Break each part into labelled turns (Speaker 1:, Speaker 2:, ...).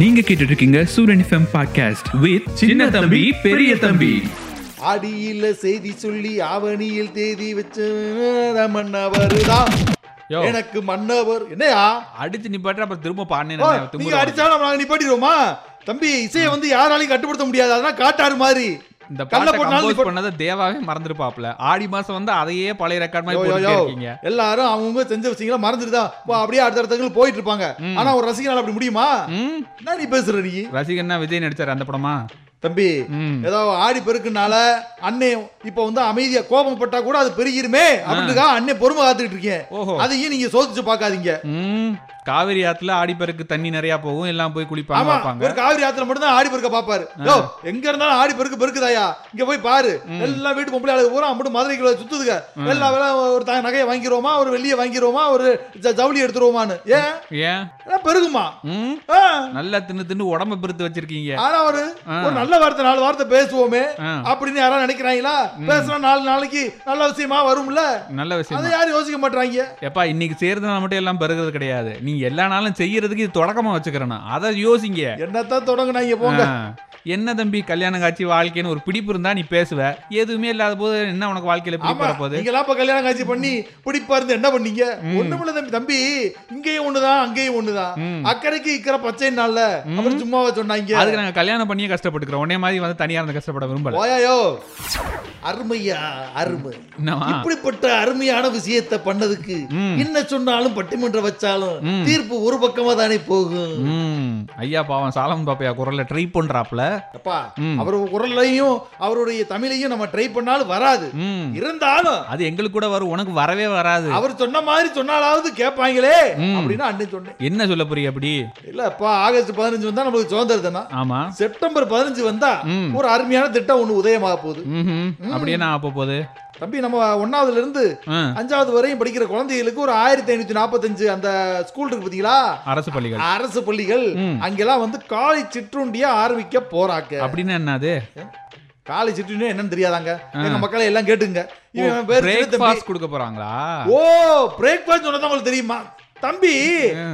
Speaker 1: நீங்க கேட்டுட்டு இருக்கீங்க சூரியன் எஃப்எம் பாட்காஸ்ட் வித் சின்ன தம்பி பெரிய தம்பி
Speaker 2: ஆடியில செய்தி சொல்லி ஆவணியில் தேதி வச்சு மன்னவருதான்
Speaker 3: யோ.
Speaker 2: எனக்கு மன்னவர் என்னையா
Speaker 3: அடிச்சு நிப்பாட்டு அப்புறம் திரும்ப பாடினேன்
Speaker 2: ஓ, நீங்க அடிச்சாலும் நாங்க நிப்பாட்டிடுவோமா தம்பி இசையை வந்து யாராலையும் கட்டுப்படுத்த முடியாது அதெல்லாம் காட்டாறு மாதிரி
Speaker 3: இந்த
Speaker 2: கல்ல
Speaker 3: பாட்டை
Speaker 2: போட்டாலும்
Speaker 3: கம்போஸ்
Speaker 2: நிப்பா-
Speaker 3: பண்ணத தேவாவே மறந்துருப்பாப்ல ஆடி மாசம் வந்து அதையே பழைய ரெக்கார்ட் மாதிரி
Speaker 2: யோ, யோ,
Speaker 3: போட்டுட்டே
Speaker 2: யோ.
Speaker 3: இருக்கீங்க
Speaker 2: எல்லாரும் அவங்கவுங்க செஞ்ச விஷயங்களை மறந்துட்டுதான் வா, அப்படியே அடுத்த இடத்துக்கு போயிட்டு இருப்பாங்க ஆனா ஒரு ரசிகனால் அப்படி முடியுமா
Speaker 3: ம்
Speaker 2: என்ன நீ பேசுற நீ
Speaker 3: ரசிகன்னா விஜய் நடிச்சார் அந்த படமா
Speaker 2: தம்பி
Speaker 3: ம்
Speaker 2: ஏதோ ஆடி பெருக்குனால அண்ணே இப்ப வந்து அமைதியா கோபம் பட்டா கூட அது பெருகிருமே அப்படின்னுக்கா அண்ணே பொறுமை காத்துக்கிட்டு இருக்கேன்
Speaker 3: ஓஹோ
Speaker 2: அதையும் நீங்க சோதிச்சு பாக்காதீங்க
Speaker 3: ம் காவிரி ஆத்துல ஆடிப்பெருக்கு தண்ணி நிறைய போகும் எல்லாம் போய் குளிப்பாங்க
Speaker 2: ஆமா
Speaker 3: பார்ப்பாங்க
Speaker 2: ஒரு காவிரி ஆத்துல மட்டும் தான் ஆடி பெருக்க பாப்பாரு யோ எங்க இருந்தாலும் ஆடி பெருக்கு பெருக்குதாயா இங்க போய் பாரு எல்லா வீட்டு பொம்பளை ஆளுக்கு பூரா மட்டும் மதுரைக்குள்ள சுத்துதுங்க எல்லா வேலை ஒரு த- நகையை வாங்கிருவோமா ஒரு வெள்ளியை வாங்கிருவோமா ஒரு ஜ- ஜவுளி எடுத்துருவோமான்னு ஏன்
Speaker 3: ஏன்
Speaker 2: எல்லாம் பெருகுமா
Speaker 3: ம்
Speaker 2: ஆ,
Speaker 3: நல்லா தின்னு தின்னு உடம்ப பிரித்து வச்சிருக்கீங்க
Speaker 2: ஆனா ஒரு
Speaker 3: ஆ.
Speaker 2: ஒரு நல்ல வார்த்தை நாலு வார்த்தை பேசுவோமே
Speaker 3: ஆ.
Speaker 2: அப்படின்னு யாராவது நினைக்கிறாங்களா பேசுனா நாலு நாளைக்கு நல்ல விஷயமா வரும்ல
Speaker 3: நல்ல
Speaker 2: அதை
Speaker 3: விஷயம்
Speaker 2: யாரும் யோசிக்க மாட்டாங்க
Speaker 3: எப்பா இன்னைக்கு செய்யறதுனால மட்டும் எல்லாம் பெருகிறது கிடையாது நீங்க எல்லா நாளும் செய்யறதுக்கு இது தொடக்கமா வச்சுக்கிறேன் அதை யோசிங்க
Speaker 2: என்னத்தான் தொடங்குனாங்க போங்க
Speaker 3: ஆ. என்ன தம்பி கல்யாணம் காட்சி வாழ்க்கைன்னு ஒரு பிடிப்பு இருந்தா நீ பேசுவ எதுவுமே இல்லாத போது என்ன உனக்கு வாழ்க்கையில
Speaker 2: ஆமா
Speaker 3: பிடிப்பு போகுது
Speaker 2: நீங்க எல்லாம் இப்ப கல்யாணம் காட்சி பண்ணி பிடிப்பா இருந்து என்ன பண்ணீங்க ஒண்ணுமில்ல தம்பி தம்பி இங்கேயும் ஒண்ணுதான் அங்கேயும் ஒண்ணுதான் அக்கறைக்கு இக்கிற பச்சை நாள்ல அப்புறம் சும்மாவா சொன்னாங்க
Speaker 3: அதுக்கு நாங்க கல்யாணம் பண்ணியே கஷ்டப்பட்டுக்கிறோம் உடனே மாதிரி வந்து தனியா இருந்து கஷ்டப்பட விரும்பல
Speaker 2: ஓயாயோ அருமையா அருமை
Speaker 3: என்னவா
Speaker 2: இப்படிப்பட்ட அருமையான விஷயத்தை பண்ணதுக்கு என்ன சொன்னாலும் பட்டிமன்றம் வச்சாலும் தீர்ப்பு ஒரு பக்கமா தானே போகும்
Speaker 3: ம் ஐயா பாவம் சாலமன் பாப்பையா குரல்ல ட்ரை பண்றாப்ல
Speaker 2: அப்பா அவர் குரல்லையும் அவருடைய தமிழையும் நம்ம ட்ரை பண்ணாலும் வராது
Speaker 3: ம்
Speaker 2: இருந்தாலும்
Speaker 3: அது எங்களுக்கு கூட வரும் உனக்கு வரவே வராது
Speaker 2: அவர் சொன்ன மாதிரி சொன்னாலாவது கேட்பாங்களே
Speaker 3: ம்.
Speaker 2: அப்படின்னு அண்ணன் சொன்னேன்
Speaker 3: என்ன சொல்ல புரிய அப்படி
Speaker 2: இல்லப்பா ஆகஸ்ட் பதினஞ்சு வந்தா நம்மளுக்கு சுதந்திர தினம்
Speaker 3: ஆமா
Speaker 2: செப்டம்பர் பதினஞ்சு வந்தா
Speaker 3: ம்.
Speaker 2: ஒரு அருமையான திட்டம் ஒண்ணு உதயமாக போகுது
Speaker 3: ம்ஹும். அப்படியே நான் அப்ப போகுது
Speaker 2: தம்பி நம்ம ஒன்னாவதுல இருந்து
Speaker 3: ஆ,
Speaker 2: அஞ்சாவது வரையும் படிக்கிற குழந்தைகளுக்கு ஒரு ஆயிரத்தி ஐநூத்தி நாற்பத்தஞ்சு அந்த ஸ்கூல் இருக்கு பாத்தீங்களா
Speaker 3: அரசு பள்ளிகள்
Speaker 2: அரசு பள்ளிகள்
Speaker 3: ம்.
Speaker 2: அங்கெல்லாம் வந்து காலை சிற்றுண்டியா ஆரம்பிக்க போறாங்க
Speaker 3: அப்படின்னா என்னது
Speaker 2: காலை சிற்றுண்டி என்னன்னு தெரியாதாங்க
Speaker 3: ஆ.
Speaker 2: எங்க மக்களை எல்லாம் கேட்டுங்க இவன் பேர் சின்ன தம்பி.
Speaker 3: பிரேக்ஃபாஸ்ட் கொடுக்க போறாங்களா
Speaker 2: ஓ பிரேக்ஃபாஸ்ட் சொன்னதா உங்களுக்கு தெரியுமா தம்பி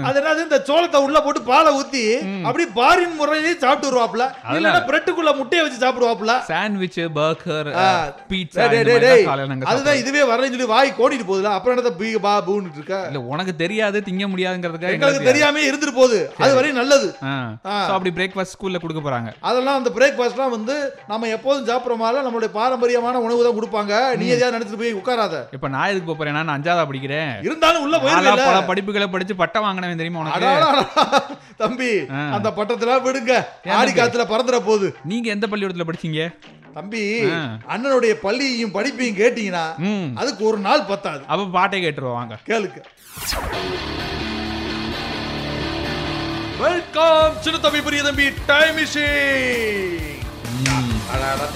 Speaker 2: அது என்னது இந்த சோளத்தை உள்ள போட்டு பாலை ஊத்தி அப்படியே பாரின் முறையிலே சாப்பிட்டு வருவாப்ல இல்லன்னா பிரெட்டுக்குள்ள முட்டையை வச்சு சாப்பிடுவாப்ல
Speaker 3: சாண்ட்விச் பர்கர்
Speaker 2: ஆ.
Speaker 3: பீட்சா
Speaker 2: டேய்,
Speaker 3: இந்த
Speaker 2: டேய்,
Speaker 3: மாதிரி
Speaker 2: டேய்,
Speaker 3: தான்
Speaker 2: டேய்.
Speaker 3: காலையில நாங்க சாப்பிடுவோம்.
Speaker 2: அதுதான் இதுவே வரேன்னு சொல்லி வாய் கோடிட்டு போகுதுல அப்புறம் என்னத்த பீ பா பூன்னு இருக்க
Speaker 3: இல்ல உனக்கு தெரியாது திங்க முடியாதுங்கிறதுக்காக
Speaker 2: எங்களுக்கு
Speaker 3: எங்களுக்கு
Speaker 2: தெரியாம இருந்துட்டு போகுது அது வரையும் நல்லது
Speaker 3: ஆ.
Speaker 2: ஆ.
Speaker 3: So, அப்படி பிரேக்ஃபாஸ்ட் ஸ்கூல்ல கொடுக்க போறாங்க
Speaker 2: அதெல்லாம் அந்த பிரேக்ஃபாஸ்ட்லாம் வந்து நம்ம எப்போதும் சாப்பிட்ற மாதிரி நம்மளுடைய பாரம்பரியமான உணவு தான் கொடுப்பாங்க நீ எதையாவது நினைச்சிட்டு போய் உட்காராத
Speaker 3: இப்ப நான் எதுக்கு போப் போறேன் நான் அஞ்சாவது படிக்கிறேன்
Speaker 2: இருந்தாலும் உள்ள
Speaker 3: நாலா
Speaker 2: போயிருக்கல
Speaker 3: பல படிப்புகளை படிச்சு பட்டம் வாங்கினவன் தெரியுமா உனக்கு
Speaker 2: தம்பி
Speaker 3: ஆ.
Speaker 2: அந்த பட்டத்துல விடுங்க
Speaker 3: ஏன்
Speaker 2: ஆடி காத்துல பறந்துற போகுது
Speaker 3: நீங்க எந்த பள்ளிக்கூடத்துல படிச்சீங்க
Speaker 2: தம்பி
Speaker 3: ஆ.
Speaker 2: அண்ணனுடைய பள்ளியையும் படிப்பையும் கேட்டீங்கன்னா
Speaker 3: ம்
Speaker 2: அதுக்கு ஒரு நாள் பத்தாது
Speaker 3: அப்ப பாட்டை கேட்டுருவாங்க
Speaker 2: கேளுக்க வெல்கம் சின்ன தம்பி பெரிய தம்பி டைம்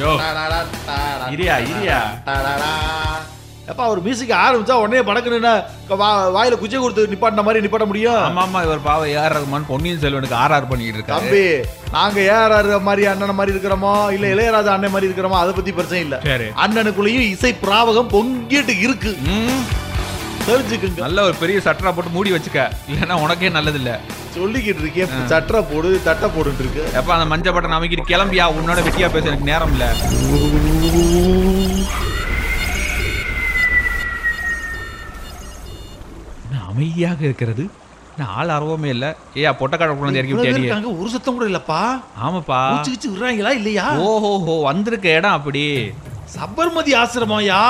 Speaker 3: யோ. இரியா, இரியா.
Speaker 2: எப்பா ஒரு மியூசிக் ஆரம்பிச்சா உடனே படக்குன்னு வா- வாயில குச்சி கொடுத்து நிப்பாட்டின மாதிரி நிப்பாட்ட முடியும்
Speaker 3: ஆமா ஆமா இவர் பாவ ஏஆர் ரகுமான் பொன்னியின் செல்வனுக்கு ஆர்ஆர் பண்ணிட்டு இருக்காரு
Speaker 2: தம்பி நாங்க ஏஆர் மாதிரி அண்ணன் மாதிரி இருக்கிறோமோ இல்ல இளையராஜா அண்ணன் மாதிரி இருக்கிறோமோ அதை பத்தி பிரச்சனை இல்ல
Speaker 3: சரி
Speaker 2: அண்ணனுக்குள்ளேயும் இசை பிராவகம் பொங்கிட்டு இருக்கு
Speaker 3: ம்
Speaker 2: தெரிஞ்சுக்குங்க
Speaker 3: நல்ல ஒரு பெரிய சட்டரா போட்டு மூடி வச்சுக்க இல்லைன்னா உனக்கே நல்லது இல்ல
Speaker 2: சொல்லிக்கிட்டு இருக்கேன் சட்டை போடு தட்டை போட்டுட்டு இருக்கு
Speaker 3: எப்ப அந்த மஞ்ச பட்டம் அமைக்கிட்டு கிளம்பியா உன்னோட வெட்டியா பேச எனக்கு நேரம் இல்ல என்ன அமைதியாக இருக்கிறது என்ன ஆள் அறவமே இல்ல ஏயா பொட்டக்காட குழந்தை இறக்கி
Speaker 2: இவ்வளவு பேர்
Speaker 3: விட்டியாடி
Speaker 2: இருக்காங்க, ஒரு சத்தம் கூட இல்லப்பா
Speaker 3: ஆமாப்பா
Speaker 2: உச்சி கிச்சு விடுறாங்களா இல்லையா
Speaker 3: ஓஹோஹோ வந்திருக்க இடம் அப்படி
Speaker 2: சபர்மதி ஆசிரமாயா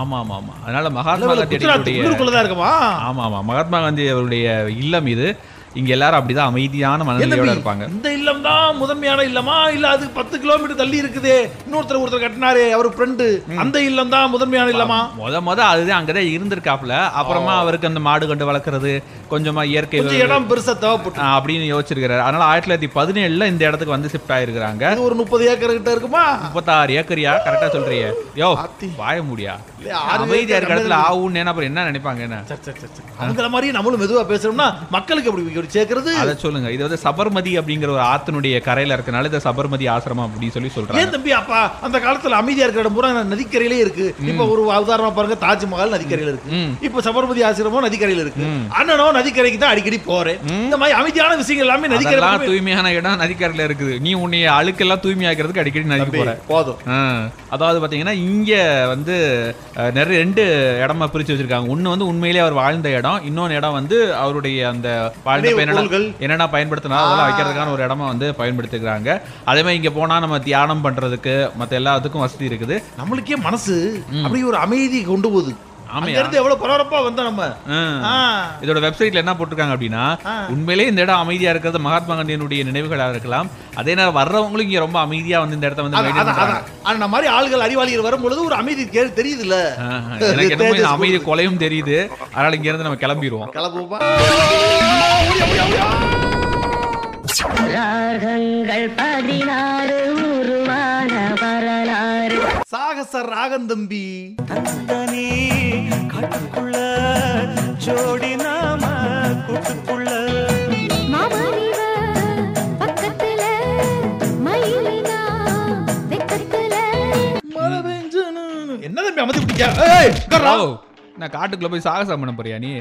Speaker 3: ஆமா ஆமா ஆமா அதனால மகாத்மா காந்தி
Speaker 2: குஜராத்
Speaker 3: அவர்களுடைய-
Speaker 2: உள்ளூருக்குள்ளதான் இருக்குமா
Speaker 3: ஆமா ஆமா மகாத்மா காந்தி அவருடைய இல்லம் இது இங்க எல்லாரும் அப்படிதான் அமைதியான
Speaker 2: என்ன
Speaker 3: மனநிலையோட இருப்பாங்க
Speaker 2: தம்பி, இந்த இல்லம் தான் முதன்மையான இல்லமா இல்ல அது பத்து கிலோமீட்டர் தள்ளி இருக்குதே இன்னொருத்தர் ஒருத்தர் கட்டினாரு அவர் ஃப்ரெண்டு அந்த இல்லம் தான் முதன்மையான இல்லமா
Speaker 3: முத முத அதுதான் அங்கதான் இருந்திருக்காப்ல அப்புறமா அவருக்கு அந்த மாடு கண்டு வளர்க்கறது கொஞ்சமா இயற்கை
Speaker 2: கொஞ்சம் இடம் பெருசா தேவைப்பட்டு
Speaker 3: ஆ, அப்படின்னு யோசிச்சிருக்காரு அதனால ஆயிரத்தி தொள்ளாயிரத்தி பதினேழுல இந்த இடத்துக்கு வந்து ஷிஃப்ட் ஆயிருக்கிறாங்க
Speaker 2: அது ஒரு முப்பது ஏக்கர் கிட்ட இருக்குமா
Speaker 3: முப்பத்தாறு ஏக்கரியா கரெக்டா சொல்றியே யோ
Speaker 2: ஆத்தி.
Speaker 3: வாய முடியா
Speaker 2: இல்ல, ஆறு
Speaker 3: அமைதியா இருக்க
Speaker 2: ஏக்கர்
Speaker 3: இடத்துல ஆவுன்னு அப்புறம் என்ன நினைப்பாங்க என்ன
Speaker 2: அவங்கள மாதிரி நம்மளும் மெதுவா பேசுறோம்னா மக்களுக்கு எப்படி சொல்லி சேர்க்கறது
Speaker 3: அதை சொல்லுங்க இது வந்து சபர்மதி அப்படிங்கிற ஒரு ஆத்தனுடைய கரையில இருக்கனால இதை சபர்மதி ஆசிரமம் அப்படின்னு சொல்லி சொல்றாங்க
Speaker 2: ஏன் தம்பி அப்பா அந்த காலத்துல அமைதியா இருக்கிற இடம் பூரா நதிக்கரையிலே இருக்கு இப்ப ஒரு உதாரணமா பாருங்க தாஜ்மஹால் நதிக்கரையில இருக்கு
Speaker 3: ம்.
Speaker 2: இப்ப சபர்மதி ஆசிரமம் நதிக்கரையில இருக்கு
Speaker 3: ம்.
Speaker 2: அண்ணனோ நதிக்கரைக்கு தான் அடிக்கடி போறேன் இந்த மாதிரி அமைதியான விஷயங்கள் எல்லாமே நதிக்கரை
Speaker 3: அதெல்லாம் தூய்மையான இடம் நதிக்கரையில இருக்குது நீ உன்னைய அழுக்கெல்லாம் தூய்மையாக்கிறதுக்கு அடிக்கடி நதிக்கு
Speaker 2: தம்பி,
Speaker 3: போற
Speaker 2: போதும்
Speaker 3: ஆ. அதாவது பார்த்தீங்கன்னா இங்கே வந்து அஹ், நிறைய ரெண்டு இடமா பிரிச்சு வச்சிருக்காங்க ஒன்று வந்து உண்மையிலேயே அவர் வாழ்ந்த இடம் இன்னொன்று இடம் வந்து அவருடைய அந்த வாழ்ந்த
Speaker 2: நினைவு
Speaker 3: என்னென்ன
Speaker 2: பொருள்கள்.
Speaker 3: என்னென்ன பயன்படுத்தினா அதெல்லாம்
Speaker 2: ஆ.
Speaker 3: வைக்கிறதுக்கான ஒரு இடமா வந்து பயன்படுத்திக்கிறாங்க அதே மாதிரி இங்கே போனால் நம்ம தியானம் பண்ணுறதுக்கு மற்ற எல்லாத்துக்கும் வசதி இருக்குது
Speaker 2: நம்மளுக்கே மனசு அப்படி ஒரு அமைதி கொண்டு போகுது அங்க
Speaker 3: ஆமையா
Speaker 2: இருந்து எவ்வளவு பரபரப்பா வந்தோம் நம்ம
Speaker 3: ஆ.
Speaker 2: ஆ.
Speaker 3: இதோட வெப்சைட்ல என்ன போட்டிருக்காங்க அப்படின்னா
Speaker 2: ஆ.
Speaker 3: உண்மையிலே இந்த இடம் அமைதியா இருக்கிறது மகாத்மா காந்தியினுடைய நினைவுகளாக இருக்கலாம் அதே நேரம் வர்றவங்களும் இங்க ரொம்ப அமைதியா வந்து இந்த இடத்த வந்து
Speaker 2: அதான்,
Speaker 3: maintain
Speaker 2: அதான்,
Speaker 3: பண்றாங்க.
Speaker 2: அதான். அந்த மாதிரி ஆள்கள் அறிவாளிகள் வரும்பொழுது ஒரு அமைதி கே- தெரியுதுல்ல
Speaker 3: ஆ, எனக்கு என்னமோ இந்த
Speaker 2: தேஜஸ்
Speaker 3: அமைதி கொலையும் தெரியுது அதனால இங்க இருந்து நம்ம கிளம்பிடுவோம்
Speaker 2: கிளம்புவோமா
Speaker 4: ராகங்கள் பதினாறு உருவான வரலாறு
Speaker 2: சாகச ராகம் தம்பி
Speaker 5: தந்தனே காட்டுக்குள்ள ஜோடி நாம கூட்டுக்குள்ள
Speaker 6: மாமனிவ பக்கத்துல மயிலினா வெக்கத்துல
Speaker 2: மழை பெஞ்சனு. என்ன தம்பி அமைதி பிடிக்கா ஏய் உட்கார்றா.
Speaker 3: ஓ, நான் காட்டுக்குள்ள போய் சாகசம் பண்ண போறியா நீ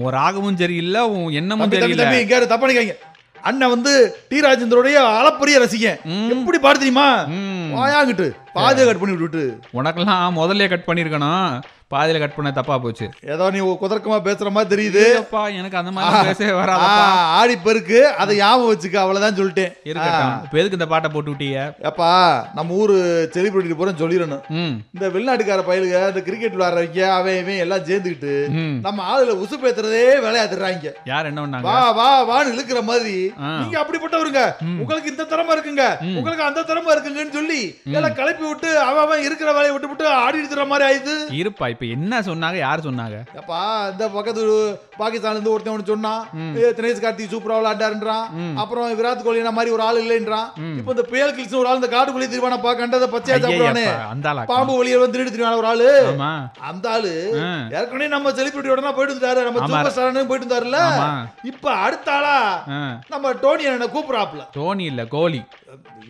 Speaker 3: உன் ராகமும் சரியில்லை உன் எண்ணமும்
Speaker 2: தம்பி தம்பி
Speaker 3: சரியில்லை
Speaker 2: தம்பி இங்க தப்பா நினைக்காதீங்க அண்ணன் வந்து டி ராஜேந்திரோடைய அளப்பரிய ரசிகன்
Speaker 3: ம்.
Speaker 2: எப்படி பாடு தெரியுமா
Speaker 3: ம்.
Speaker 2: வாயாங்கிட்டு பாதியை கட் பண்ணி விட்டுட்டு
Speaker 3: உனக்கெல்லாம் முதல்ல கட் பண்ணிருக்கணும் பாதியில கட் பண்ண தப்பா போச்சு
Speaker 2: ஏதோ நீ குதர்க்கமா பேசுற மாதிரி தெரியுது
Speaker 3: இல்லப்பா எனக்கு அந்த மாதிரி பேசவே வராதப்பா
Speaker 2: ஆ, ஆடி பெருக்கு அதை ஞாபகம் வச்சுக்க அவ்வளவுதான் சொல்லிட்டேன்
Speaker 3: இருக்கட்டும்
Speaker 2: ஆ.
Speaker 3: இப்ப எதுக்கு இந்த பாட்டை போட்டு விட்டீங்க
Speaker 2: ஏப்பா நம்ம ஊரு செலிபிரிட்டி போறோம் சொல்லிடணும்
Speaker 3: ம்
Speaker 2: இந்த வெளிநாட்டுக்கார பயலுக இந்த கிரிக்கெட் விளையாடுறவங்க அவன் இவன் எல்லாம் சேர்ந்துக்கிட்டு
Speaker 3: ம்
Speaker 2: நம்ம ஆளுல உசு பேத்துறதே வேலையாத்துறாங்க
Speaker 3: யார் என்ன பண்ணாங்க
Speaker 2: வா வா வான்னு இழுக்கிற மாதிரி
Speaker 3: ஆ.
Speaker 2: நீங்க அப்படிப்பட்டவருங்க உங்களுக்கு இந்த திறமை இருக்குங்க உங்களுக்கு அந்த திறமை இருக்குங்கன்னு சொல்லி எல்லாம் கிளப்பி விட்டு அவன் அவன் இருக்கிற வேலையை விட்டு விட்டு ஆடி இருக்கிற மாதிரி ஆயிடுது
Speaker 3: இருப்பா இப்ப என்ன சொன்னாங்க யார் சொன்னாங்க
Speaker 2: அப்பா இந்த பக்கத்து ஊரு- பாகிஸ்தான்ல இருந்து ஒருத்தன் ஒன்று சொன்னான் ஏ, தினேஷ் கார்த்திக் சூப்பரா விளையாண்டாருன்றான் அப்புறம் விராட் கோலி என்ன மாதிரி ஒரு ஆள் இல்லைன்றான் இப்போ இந்த புயல் கிழிச்சு ஒரு ஆள் இந்த காட்டுக்குள்ளே திருவான பா கண்டதை பச்சையா சாப்பிடுவானே
Speaker 3: ஐயையப்பா, அந்த ஆளா
Speaker 2: பாம்பு வெளியே வந்து திருடி திருவான ஒரு ஆளு
Speaker 3: ஆமா
Speaker 2: அந்த ஆளு
Speaker 3: ஆ.
Speaker 2: ஏற்கனவே நம்ம செலிபிரிட்டியோட போயிட்டு இருந்தாரு நம்ம
Speaker 3: ஆமா.
Speaker 2: சூப்பர் ஸ்டார் போயிட்டு இருந்தாருல
Speaker 3: ஆமா.
Speaker 2: இப்ப அடுத்த ஆளா
Speaker 3: ஆ.
Speaker 2: நம்ம டோனி என்ன கூப்பிடாப்ல
Speaker 3: தோனி இல்ல கோலி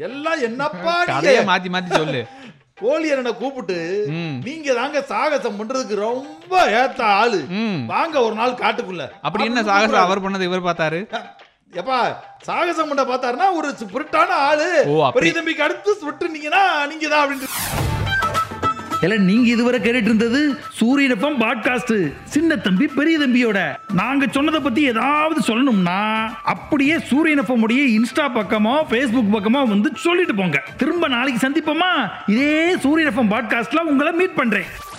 Speaker 2: எல்லாம் என்னப்பா
Speaker 3: கதையை
Speaker 2: நீங்க
Speaker 3: மாத்தி மாத்தி சொல்லு
Speaker 2: கோலி என்ன கூப்பிட்டு
Speaker 3: ம்
Speaker 2: நீங்க தாங்க சாகசம் பண்றதுக்கு ரொம்ப ஏத்த ஆளு
Speaker 3: ம்
Speaker 2: வாங்க ஒரு நாள் காட்டுக்குள்ள
Speaker 3: அப்படி என்ன
Speaker 2: அப்படின்னு
Speaker 3: சாகசம்
Speaker 2: கூப்பிடுறாரு.
Speaker 3: அவர் பண்ணது இவர் பார்த்தாரு
Speaker 2: எப்பா சாகசம் பண்ண பார்த்தாருன்னா ஒரு ஸ்பிரிட்டான ஆளு
Speaker 3: ஓ, அப்படி.
Speaker 2: பெரிய தம்பிக்கு அடுத்து ஸ்பிரிட் நீங்கன்னா நீங்க தான் அப்படின்ட்டு
Speaker 1: இல்ல நீங்க இதுவரை கேட்டுட்டு இருந்தது சூரியன் எஃப்எம் பாட்காஸ்ட் சின்ன தம்பி பெரிய தம்பியோட நாங்க சொன்னதை பத்தி ஏதாவது சொல்லணும்னா அப்படியே சூரியன் எஃப்எம் உடைய இன்ஸ்டா பக்கமோ ஃபேஸ்புக் பக்கமோ வந்து சொல்லிட்டு போங்க திரும்ப நாளைக்கு சந்திப்போமா இதே சூரியன் எஃப்எம் பாட்காஸ்ட்ல உங்களை மீட் பண்றேன்